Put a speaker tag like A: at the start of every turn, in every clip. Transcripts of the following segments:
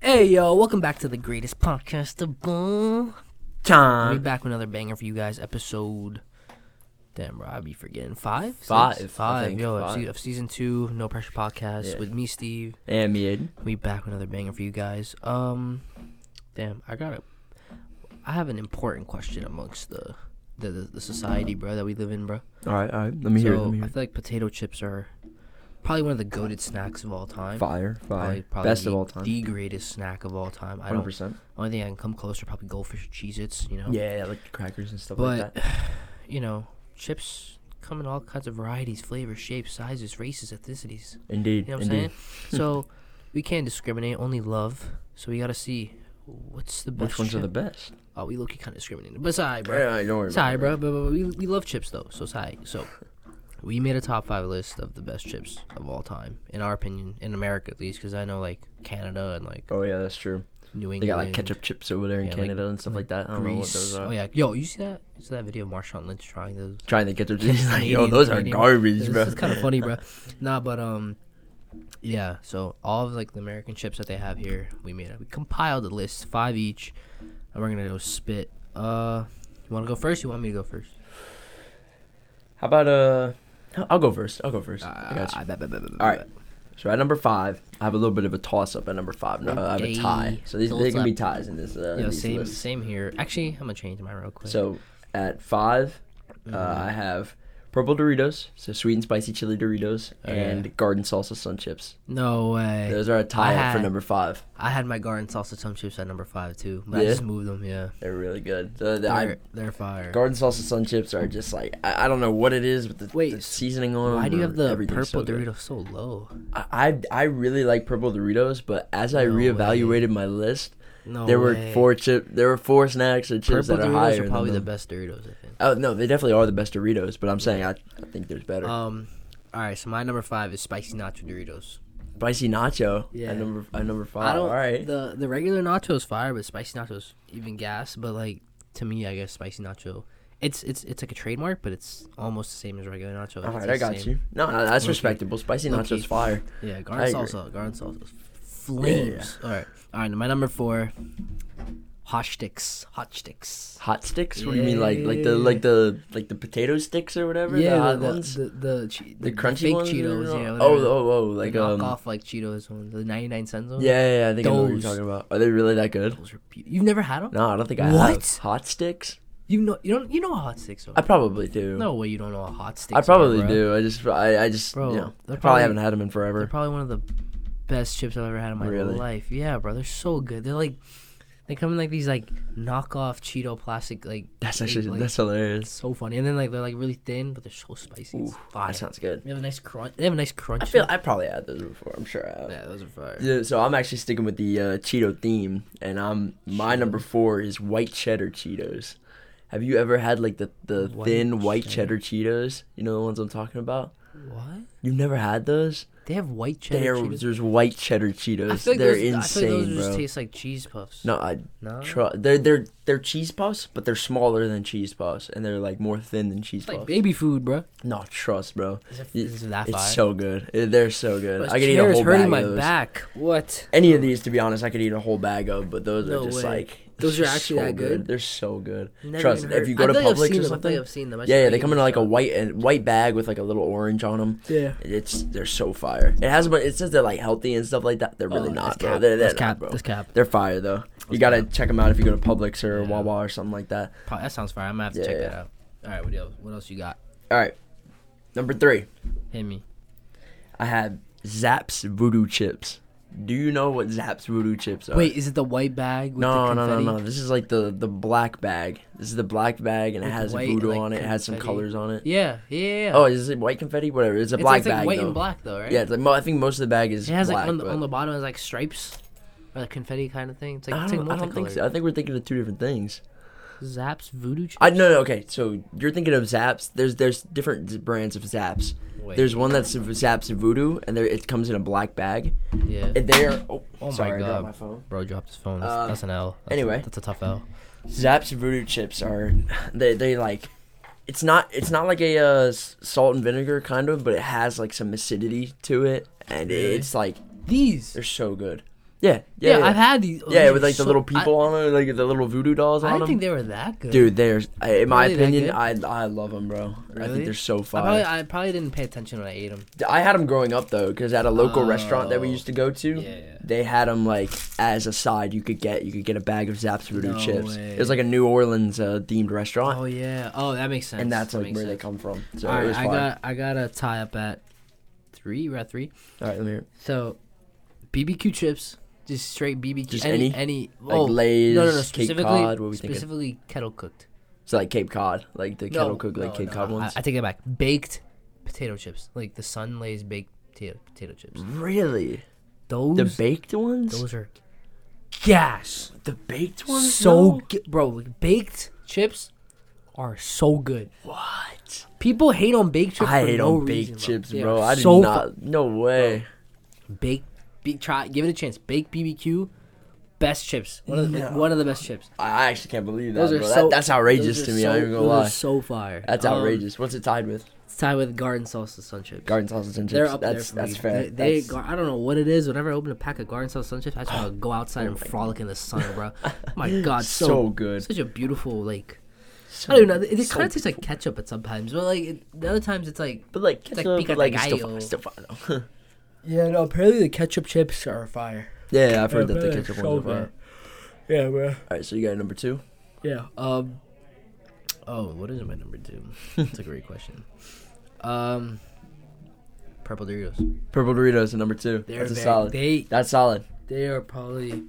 A: Hey yo, welcome back to the greatest podcast of all. We'll be
B: Time.
A: back with another banger for you guys. Episode, damn, bro, I be forgetting five, Six?
B: Five, I
A: five.
B: think,
A: yo,
B: five.
A: Of, se- of season two, no pressure podcast
B: Yeah.
A: with me, Steve.
B: And me, Aiden.
A: We back with another banger for you guys. Um, damn, I got a, I have an important question amongst the, the the, the society, bro, that we live in, bro.
B: All right, all right. Let me hear it. Let
A: So
B: me hear
A: I
B: it.
A: feel like potato chips are probably one of the goaded snacks of all time.
B: Fire,
A: Probably,
B: fire.
A: probably
B: Best
A: the,
B: of all time.
A: The greatest snack of all time. I don't
B: 100%.
A: Only thing I can come close are probably goldfish or Cheez Its, you know?
B: Yeah, yeah, like crackers and stuff like
A: But,
B: that.
A: you know, chips come in all kinds of varieties, flavors, shapes, sizes, races, ethnicities.
B: Indeed,
A: You know what I'm
B: indeed.
A: saying? so, we can't discriminate, only love. So, we gotta see what's the best.
B: Which ones are the
A: chip.
B: best?
A: Oh, we look kind of discriminating. But, sorry, bro.
B: Yeah, don't worry
A: Sorry, bro, but, but we, we love chips though, so sorry. So, we made a top five list of the best chips of all time, in our opinion, in America at least, because I know like Canada and like
B: Oh, yeah, that's true.
A: New England.
B: They got like ketchup chips over there in
A: Yeah, like-
B: Canada and stuff like that. I don't know what those
A: Grease.
B: are.
A: Oh yeah, yo, you see that? You see that video of Marshawn Lynch trying those?
B: Trying to get their chips. like, yo,
A: Canadian-
B: those are
A: Canadian-
B: garbage,
A: It's-
B: bro.
A: It's kind of funny, bro. Nah, but um, yeah. So all of like the American chips that they have here, we made. a- We compiled a list, five each, and we're gonna go spit. Uh, you want to go first? You want me to go first?
B: How about, uh, I'll go first. I'll go first. I got you.
A: Uh, I bet, bet, bet, bet,
B: All
A: bet.
B: right. So at number five, I have a little bit of a toss up at number five. No, I have a tie.
A: Okay.
B: So these
A: So
B: they
A: what's
B: can be
A: up?
B: ties in this. Uh,
A: Yeah,
B: these
A: same,
B: lists.
A: same here. Actually, I'm gonna change mine real quick.
B: So at 5
A: Mm-hmm.
B: uh, I have purple Doritos, so sweet and spicy chili Doritos, and
A: Oh, yeah.
B: garden salsa sun chips.
A: no way.
B: Those are a tie up for
A: had-
B: number five.
A: I had my garden salsa chum chips at number five too, but I
B: Yeah?
A: just moved them. Yeah,
B: They're really good. The, the, I,
A: they're, they're fire.
B: garden salsa sun chips are just like I, I don't know what it is with the,
A: Wait,
B: the seasoning on. 'em
A: Why do you
B: or
A: have the
B: everything's
A: purple
B: so good.
A: Doritos so low?
B: I I- I really like purple Doritos, but as I
A: No
B: reevaluated my list,
A: No,
B: there
A: way.
B: were four chip there were four snacks or chips
A: purple
B: that are
A: Doritos
B: higher.
A: are
B: than
A: probably the
B: them.
A: best Doritos. I think.
B: Oh no, they definitely are the best Doritos, but I'm saying I, I think there's better.
A: Um, all right. So my number five is spicy nacho Doritos.
B: Spicy nacho.
A: Yeah.
B: Yeah. At number at number five.
A: I don't.
B: All right.
A: The the regular nacho is fire, but spicy nachos even gas. But like to me, I guess spicy nacho. It's it's it's like a trademark, but it's almost the same as regular nacho.
B: All
A: It's
B: right,
A: the
B: I got
A: same-
B: you. No, no that's
A: Low-key.
B: respectable. Spicy
A: Low-key.
B: nachos fire.
A: Yeah,
B: I
A: garden
B: agree.
A: salsa, garden salsa, flames. All right, all right. My number four, hot sticks, hot sticks.
B: Hot sticks? What do you mean, like like the
A: Yeah.
B: like the like the potato sticks or whatever? the,
A: Yeah,
B: hot
A: the
B: ones?
A: the, the, the, che-
B: the
A: the
B: crunchy
A: fake
B: ones.
A: Cheetos. Yeah,
B: oh,
A: whatever.
B: oh, oh, like
A: like
B: um.
A: off like Cheetos ones, the 99 cents ones.
B: Yeah, yeah, yeah, I think I know what you're
A: Those.
B: talking about. Are they really that good?
A: Those are beau- You've never had them?
B: No, I don't think I
A: What?
B: have. Hot sticks?
A: You know you don't you know what hot sticks are.
B: I probably do.
A: no way you don't know what hot sticks
B: I probably
A: are, bro.
B: do. I just, I, I just,
A: Bro,
B: you
A: they're
B: know, I probably,
A: probably-
B: haven't had them in
A: They're
B: forever.
A: probably one of the best chips I've ever had in my
B: Really?
A: life. Yeah, bro, they're so good. They're like they come in like these like knockoff Cheeto plastic like
B: That's
A: they,
B: actually,
A: like,
B: that's hilarious.
A: so funny. And then like they're like really thin, but they're so spicy. It's
B: Ooh,
A: fire.
B: that sounds good.
A: They have a nice crunch. They have a nice crunch.
B: I
A: to
B: feel,
A: them.
B: I probably had those before. I'm sure I have.
A: yeah, those are fire.
B: Yeah, so I'm actually sticking with the uh, Cheeto theme, and I'm my number four is white cheddar Cheetos. Have you ever had like the, the
A: White
B: thin white cheddar. Cheetos? You know the ones I'm talking about.
A: What?
B: You've never had those?
A: They have white cheddar.
B: They're,
A: Cheetos?
B: there's white cheddar
A: I
B: Cheetos.
A: feel like
B: they're
A: those, I feel like
B: insane,
A: those
B: bro.
A: just taste like cheese puffs.
B: no, I
A: no.
B: try. They're they're they're cheese puffs, but they're smaller than cheese puffs, and they're like more thin than cheese
A: It's like
B: puffs.
A: baby food, bro.
B: no, trust, bro.
A: Is it,
B: Y-
A: is it that fire?
B: It's so good. It- They're so good.
A: Bro,
B: I could eat a
A: chair is
B: whole
A: hurting
B: bag
A: my
B: of those.
A: back. What?
B: Any of these, to be honest, I could eat a whole bag of, but those
A: No
B: are
A: way.
B: just like
A: Those
B: it's
A: are
B: just
A: actually
B: so
A: that good?
B: They're so good.
A: Never
B: Trust
A: even
B: if
A: heard-
B: you go
A: I
B: to
A: feel like I've
B: Publix
A: seen them.
B: or
A: I feel like
B: something.
A: I've seen them. I should
B: Yeah, yeah, they
A: give
B: come
A: it
B: in like a
A: shot.
B: white and white bag with like a little orange on them.
A: Yeah.
B: It's they're so fire. It has, but it says they're like healthy and stuff like that. They're really
A: Oh,
B: not,
A: that's
B: bro.
A: cap.
B: They're, they're
A: That's
B: not,
A: cap.
B: bro.
A: That's cap.
B: They're fire though. You gotta check them out if you go to Publix or Wawa or something like that.
A: Pro- That sounds fire. I'm gonna have to
B: Yeah,
A: check
B: yeah.
A: that out. All right, what else? What else you got?
B: All right, number three,
A: Hit me.
B: I have Zaps Voodoo Chips. Do you know what Zaps Voodoo Chips are?
A: Wait, is it the white bag with
B: No,
A: the
B: no, no,
A: confetti?
B: no. This is like the the black bag. This is the black bag, and it
A: With the
B: has
A: white,
B: voodoo
A: like,
B: on it. It has some
A: confetti.
B: colors on it.
A: Yeah, yeah. yeah.
B: Oh, is it white confetti? Whatever. It's a
A: it's
B: black
A: like, it's like
B: bag.
A: white
B: though.
A: and black though, right?
B: Yeah, it's like mo- I think most of the bag is
A: It has
B: black.
A: like on the
B: but-
A: on the bottom is like stripes, or like confetti kind of thing. It's like
B: I
A: it's like
B: don't, I don't
A: multicolored.
B: think so. I think we're thinking of two different things.
A: Zaps voodoo. Chip?
B: I no, no. Okay, so you're thinking of Zaps. There's there's different z- brands of Zaps.
A: Wait.
B: There's one that's of Zaps voodoo, and there it comes in a black bag.
A: yeah.
B: And they're oh,
A: Oh my
B: sorry, I dropped
A: God.
B: my phone.
A: Bro dropped his phone. That's,
B: Uh,
A: that's an L. That's-
B: anyway.
A: that's a tough L.
B: Zaps voodoo chips are they they like it's not it's not like a uh, s- salt and vinegar kind of, but it has like some acidity to it, and
A: Really?
B: it's like
A: These
B: they're so good. Yeah, yeah,
A: Yeah,
B: yeah.
A: I've had these.
B: yeah,
A: these
B: with
A: are
B: like the
A: so-
B: little
A: I-
B: people on them, like the little voodoo dolls
A: I,
B: on
A: didn't
B: them.
A: think they were that good.
B: Dude, there's I- in my
A: Really that
B: opinion, I I love them, bro. I
A: Really?
B: think they're so
A: I
B: fire.
A: probably, I probably didn't pay attention when I ate them.
B: I had them growing up though, because at a local restaurant that we
A: Oh.
B: used to go to,
A: Yeah, yeah.
B: they had them like as a side. You could get you could get a bag of Zapp's voodoo
A: No
B: chips.
A: way.
B: It was like a New Orleans uh, themed restaurant,
A: Oh yeah. Oh, that makes sense.
B: and that's
A: That
B: like
A: makes
B: where they
A: sense.
B: come from. So
A: All
B: it
A: right,
B: was
A: I
B: fire.
A: got I got a tie up at three. We're at three.
B: All right, let me hear.
A: So, BBQ chips, just straight BBQ.
B: Just any?
A: any any
B: Like Lay's,
A: no, no, no,
B: Cape
A: specifically
B: Cod, what we thinking?
A: specifically kettle cooked.
B: So like Cape Cod, like the kettle cooked, like Cape Cod
A: I-
B: ones.
A: I, take it back. Baked potato chips, like the Sun Lay's baked potato, potato chips.
B: really,
A: Those
B: Mm. the baked ones,
A: those are gas.
B: the baked ones.
A: So
B: though?
A: g- bro, like, baked chips are so good.
B: what?
A: People hate on baked chips.
B: I
A: for
B: hate
A: no
B: on baked
A: reason,
B: chips,
A: They
B: bro.
A: are
B: I did
A: so
B: not. no way.
A: baked be, try give it a chance baked bbq best chips one of the, like,
B: No.
A: one of the best chips
B: I I actually can't believe that,
A: those are
B: bro.
A: so
B: that, that's outrageous
A: those
B: to
A: are
B: me.
A: so,
B: I ain't gonna
A: those are
B: lie.
A: so fire
B: That's
A: Um,
B: outrageous. What's it tied with?
A: it's tied with garden salsa sun chips
B: Garden sausage and chips.
A: they're up
B: that's
A: there for
B: that's
A: me.
B: fair.
A: They, they
B: That's-
A: gar- I don't know what it is. Whenever I open a pack of garden salsa sun chips, I just want to go outside and
B: Oh my
A: frolic in the sun, bro. my God, so,
B: so, good.
A: such a beautiful like.
B: So,
A: I don't know. It, it
B: so
A: kind of tastes like ketchup at sometimes, but like it, the other times it's like.
B: But like,
A: like
B: ketchup, like,
A: pica
B: but like
A: de
B: Stefano.
A: gallo.
B: Stefano.
A: Yeah, no. Apparently the ketchup chips are fire.
B: yeah, I've heard that the ketchup ones are fire.
A: Yeah, bro.
B: All right, so you got number two.
A: Yeah. Um. Oh, what is my number two? That's a great question. Um. Purple Doritos.
B: Purple Doritos at number two.
A: They're
B: that's a
A: very-
B: solid.
A: They
B: that's solid.
A: they are probably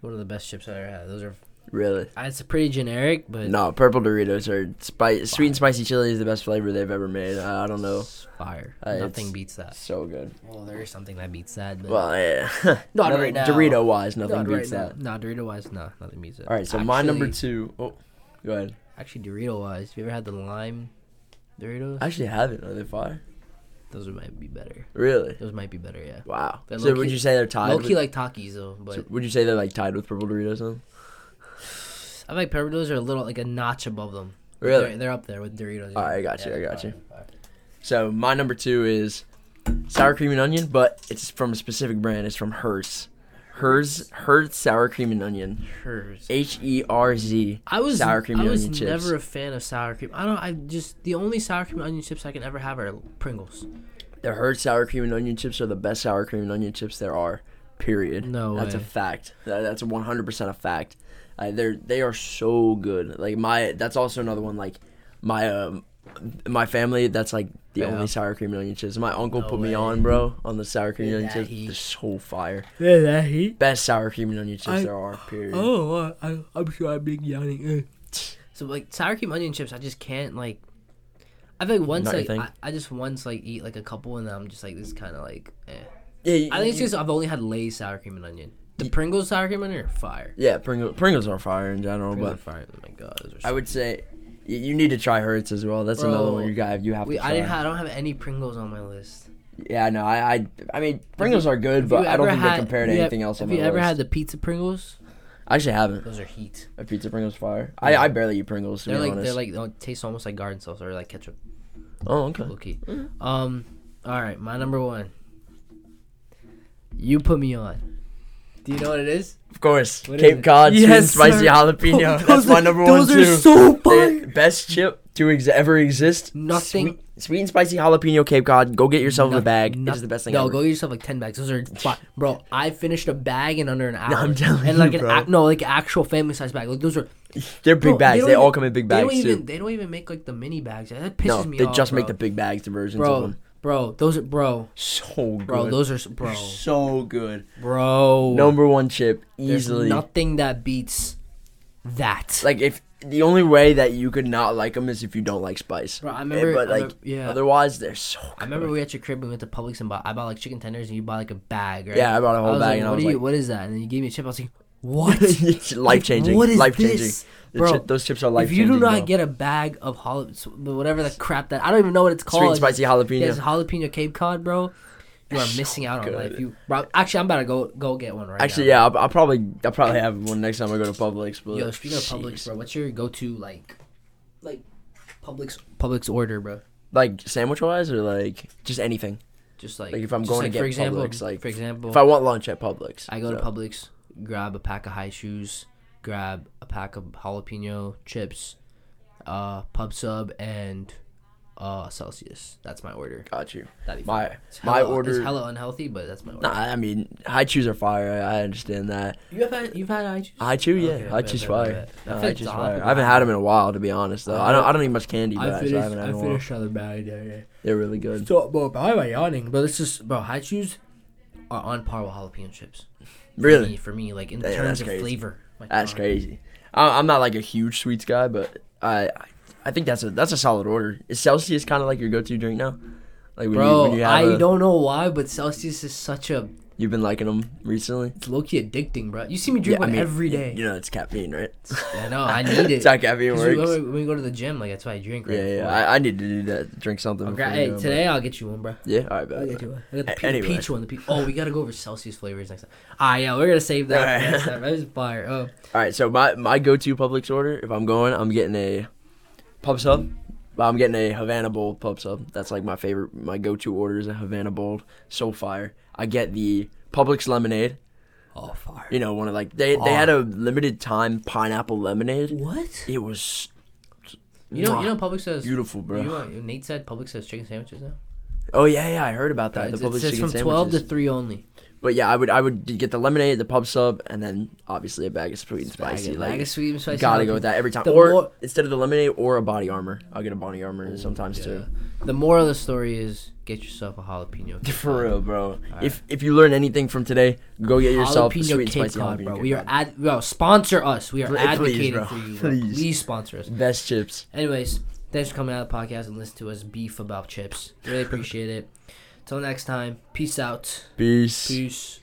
A: one of the best chips I ever had. Those are.
B: Really.
A: uh, It's pretty generic, but
B: No, purple Doritos are spice. Sweet and spicy chili is the best flavor they've ever made. I, I don't know.
A: it's fire.
B: Uh, it's-
A: Nothing beats that.
B: So good.
A: Well, there is something that beats that, but
B: Well, yeah.
A: Not right now.
B: Dorito wise, nothing
A: not
B: beats
A: right
B: that.
A: now. No, Dorito wise, no, nothing beats it.
B: All right, so my number
A: Actually-
B: two oh go ahead.
A: Actually, Dorito wise, have you ever had the lime Doritos?
B: I actually haven't. Are they fire?
A: Those might be better.
B: Really?
A: Those might be better, yeah.
B: Wow.
A: They're
B: so
A: low-key-
B: would you say they're tied?
A: Low
B: with-
A: key like Takis though, but
B: so would you say they're like tied with purple Doritos? Then?
A: I think pepper Doritos are a little like a notch above them.
B: Really?
A: They're, they're up there with Doritos.
B: All right, I got you, I got
A: they're
B: you.
A: fire, fire.
B: So my number two is sour cream and onion, but it's from a specific brand. It's from Hers. Hers Hers sour cream and onion.
A: Hers.
B: H E R Z.
A: I was
B: sour cream
A: I
B: and
A: was
B: onion chips.
A: never a fan of sour cream. I don't. I just the only sour cream and onion chips I can ever have are Pringles.
B: The Hers sour cream and onion chips are the best sour cream and onion chips there are. Period.
A: No
B: that's a
A: way.
B: fact. That, that's one hundred percent a fact. Uh, they're they are so good. Like my that's also another one. Like my um, my family. That's like the
A: Yeah.
B: only sour cream and onion chips. My uncle
A: No
B: put
A: way.
B: me on, bro, on the sour cream and onion
A: that
B: chips.
A: heat.
B: They're so fire.
A: Yeah, that heat.
B: Best sour cream and onion chips
A: I-
B: there are. Period.
A: Oh, I, I'm sure I'm being eh. yawning. So like sour cream onion chips, I just can't like. I think once
B: Not your
A: like
B: thing?
A: I, I just once like eat like a couple and then I'm just like this kind of like. Eh.
B: Yeah, you-
A: I think it's
B: you-
A: just I've only had Lay's sour cream and onion. The Pringles sour cream and onion are fire.
B: yeah. Pringles, Pringles are fire in general,
A: Pringles are
B: but
A: fire. Oh my god, those are
B: I
A: so
B: would say y- you need to try Hertz as well. That's another
A: Bro,
B: one you got. You have
A: We,
B: to. Try.
A: I, didn't ha- I don't have any Pringles on my list.
B: yeah, no, I, I, I mean Pringles are good,
A: Have
B: but
A: you
B: I don't
A: ever
B: think they
A: had-
B: compare to
A: have you-
B: anything else
A: Have
B: on my
A: you ever
B: list.
A: had the pizza Pringles?
B: I actually haven't.
A: Those are heat.
B: A pizza Pringles fire. I, I barely eat Pringles to
A: They're
B: be
A: like
B: honest.
A: they're like they taste almost like garden sauce or like ketchup.
B: oh okay.
A: Okay. Um. All right, my number one. You put me on. Do you know what it is?
B: Of course,
A: What is
B: Cape
A: it?
B: Cod sweet and
A: Yes,
B: spicy
A: sir. Oh,
B: jalapeno.
A: Those
B: That's my
A: are-
B: number one
A: those
B: too.
A: are so
B: The
A: fire.
B: best chip to ex- ever exist.
A: Nothing-
B: Sweet, sweet and spicy jalapeno Cape Cod. Go get yourself a
A: Noth-
B: bag.
A: noth-
B: it is the best thing.
A: No,
B: ever.
A: go get yourself like ten bags. Those are, fi- bro. I finished a bag in under an hour.
B: I'm telling
A: and like
B: you,
A: an
B: bro.
A: A- no, like actual family size bag. Like those are
B: They're big
A: bro,
B: bags. They,
A: don't
B: all
A: even-
B: come in big
A: They
B: bags
A: don't
B: too.
A: even. They don't even make like the mini bags. That pisses
B: No,
A: me
B: they
A: off,
B: just make
A: bro.
B: the big bags the versions of
A: bro,
B: them.
A: bro. Those are bro,
B: So good.
A: bro. Those are s- bro,
B: so good.
A: bro.
B: Number one chip
A: There's
B: easily.
A: nothing that beats that.
B: Like if the only way that you could not like them is if you don't like spice.
A: Bro, I
B: Eh,
A: remember-
B: But
A: I
B: like
A: remember- yeah.
B: otherwise they're so. Good.
A: I remember we were at your crib. We went to Publix and bought. I bought like chicken tenders, and you bought like a bag, right?
B: Yeah, I bought a whole
A: was
B: bag,
A: like,
B: and I
A: what
B: was
A: do you-
B: like-
A: "What is that?" And then you gave me a chip. I was like, "What?
B: It's life changing.
A: what is
B: life changing.
A: this?
B: The
A: Bro,
B: chi- those chips are life
A: if you
B: changing.
A: do not get a bag of jalapeno, whatever the crap that I don't even know what it's
B: sweet
A: called,
B: and spicy jalapeno,
A: There's jalapeno Cape Cod, bro. You are missing out on
B: good.
A: life. You, bro, actually, I'm about to go go get one right
B: actually,
A: now.
B: yeah, I'll, I'll probably I'll probably have one next time I go to Publix. But
A: Yo, speaking of Publix,
B: jeez.
A: bro, what's your go-to like, like, Publix Publix order, bro?
B: like sandwich wise or like just anything.
A: Just like
B: Like if I'm
A: just,
B: going
A: like,
B: to get
A: for example,
B: Publix, like
A: for example,
B: if I want lunch at Publix,
A: I go to
B: so-
A: Publix, grab a pack of high shoes, grab a pack of jalapeno chips, uh, pub sub, and uh, Celsius. That's my order.
B: Got you.
A: That'd be
B: My-
A: fine. It's
B: my
A: hella- It's
B: order-
A: hella unhealthy, but that's my order.
B: Nah, I mean high chews are fire. I I understand that.
A: You have had you've had high shoes.
B: High chew, yeah,
A: Okay, I
B: high
A: bet,
B: chews
A: bet,
B: fire.
A: bet, bet.
B: Nah,
A: I
B: high
A: think
B: chews
A: it's
B: fire.
A: awful.
B: I haven't had them in a while, to be honest. Though I don't. I don't eat much candy,
A: I
B: but so I
A: finished.
B: haven't had
A: I
B: them. in a while.
A: finished other bag. Yeah, yeah.
B: They're really good.
A: So, bro, why am I yawning? Bro, this is bro. High chews are on par with jalapeno chips.
B: Really,
A: for me, like in
B: Damn,
A: terms
B: that's
A: of
B: crazy.
A: flavor. My
B: that's
A: God.
B: crazy. I, I'm not like a huge sweets guy, but I, I- I think that's a that's a solid order. Is Celsius kind of like your go-to drink now? Like when
A: Bro,
B: you, when you
A: I
B: have a-
A: don't know why, but Celsius is such a
B: you've been liking them recently.
A: it's low key addicting, bro. You see me drink
B: I
A: one
B: mean,
A: every
B: you-
A: day.
B: You know it's caffeine, right?
A: I know, I need it.
B: it's how caffeine
A: 'Cause we go-
B: works.
A: when we go to the gym, like that's why I drink. Right
B: Yeah, yeah.
A: before.
B: I, I need to do that. Drink something.
A: I'll
B: before
A: gra-
B: we
A: hey,
B: go, but-
A: today I'll get you one, bro.
B: Yeah. All right. Bet,
A: I'll
B: bet.
A: get you one. Oh, I got the
B: A-
A: pe-
B: anyway.
A: peach one. The pe- oh, we gotta go over Celsius flavors next time. Ah, yeah, we're gonna save that. for
B: Alright.
A: next time. That was fire. Oh,
B: All right, so my, my go to Publix order, if I'm going, I'm getting a pub sub. But I'm getting a Havana Bowl pub sub. That's like my favorite. My go to order is a Havana Bowl. So fire. I get the Publix lemonade.
A: oh, fire.
B: You know, one of like they they had a limited time pineapple lemonade.
A: What?
B: It was
A: You know, you know, Publix says
B: beautiful, bro.
A: You uh, know, Nate said Publix has chicken sandwiches now.
B: oh yeah, yeah, I heard about that.
A: It's-
B: the Publix
A: it says
B: chicken
A: from
B: sandwiches.
A: twelve to three only.
B: but yeah, I would I would get the lemonade, the pub sub, and then obviously a bag of sweet and
A: Bag of-
B: spicy.
A: bag
B: like,
A: of sweet and spicy.
B: Gotta
A: jalapeno.
B: go with that every time.
A: The
B: or
A: more-
B: instead of the lemonade, or a body armor. I'll get a body armor sometimes too.
A: The moral of the story is get yourself a jalapeno.
B: For real, bro. If if you learn anything from today, go get yourself a
A: jalapeno
B: sweet and
A: Cape
B: spicy
A: Cod,
B: jalapeno
A: bro.
B: Cape
A: We are
B: Cod.
A: ad. Bro, sponsor us. We are
B: Pl- please,
A: advocating
B: bro.
A: for you. Bro. Please.
B: Please.
A: sponsor us.
B: best chips.
A: Anyways, thanks for coming out of the podcast and listening to us beef about chips. Really appreciate it. Till next time, peace out.
B: Peace.
A: Peace.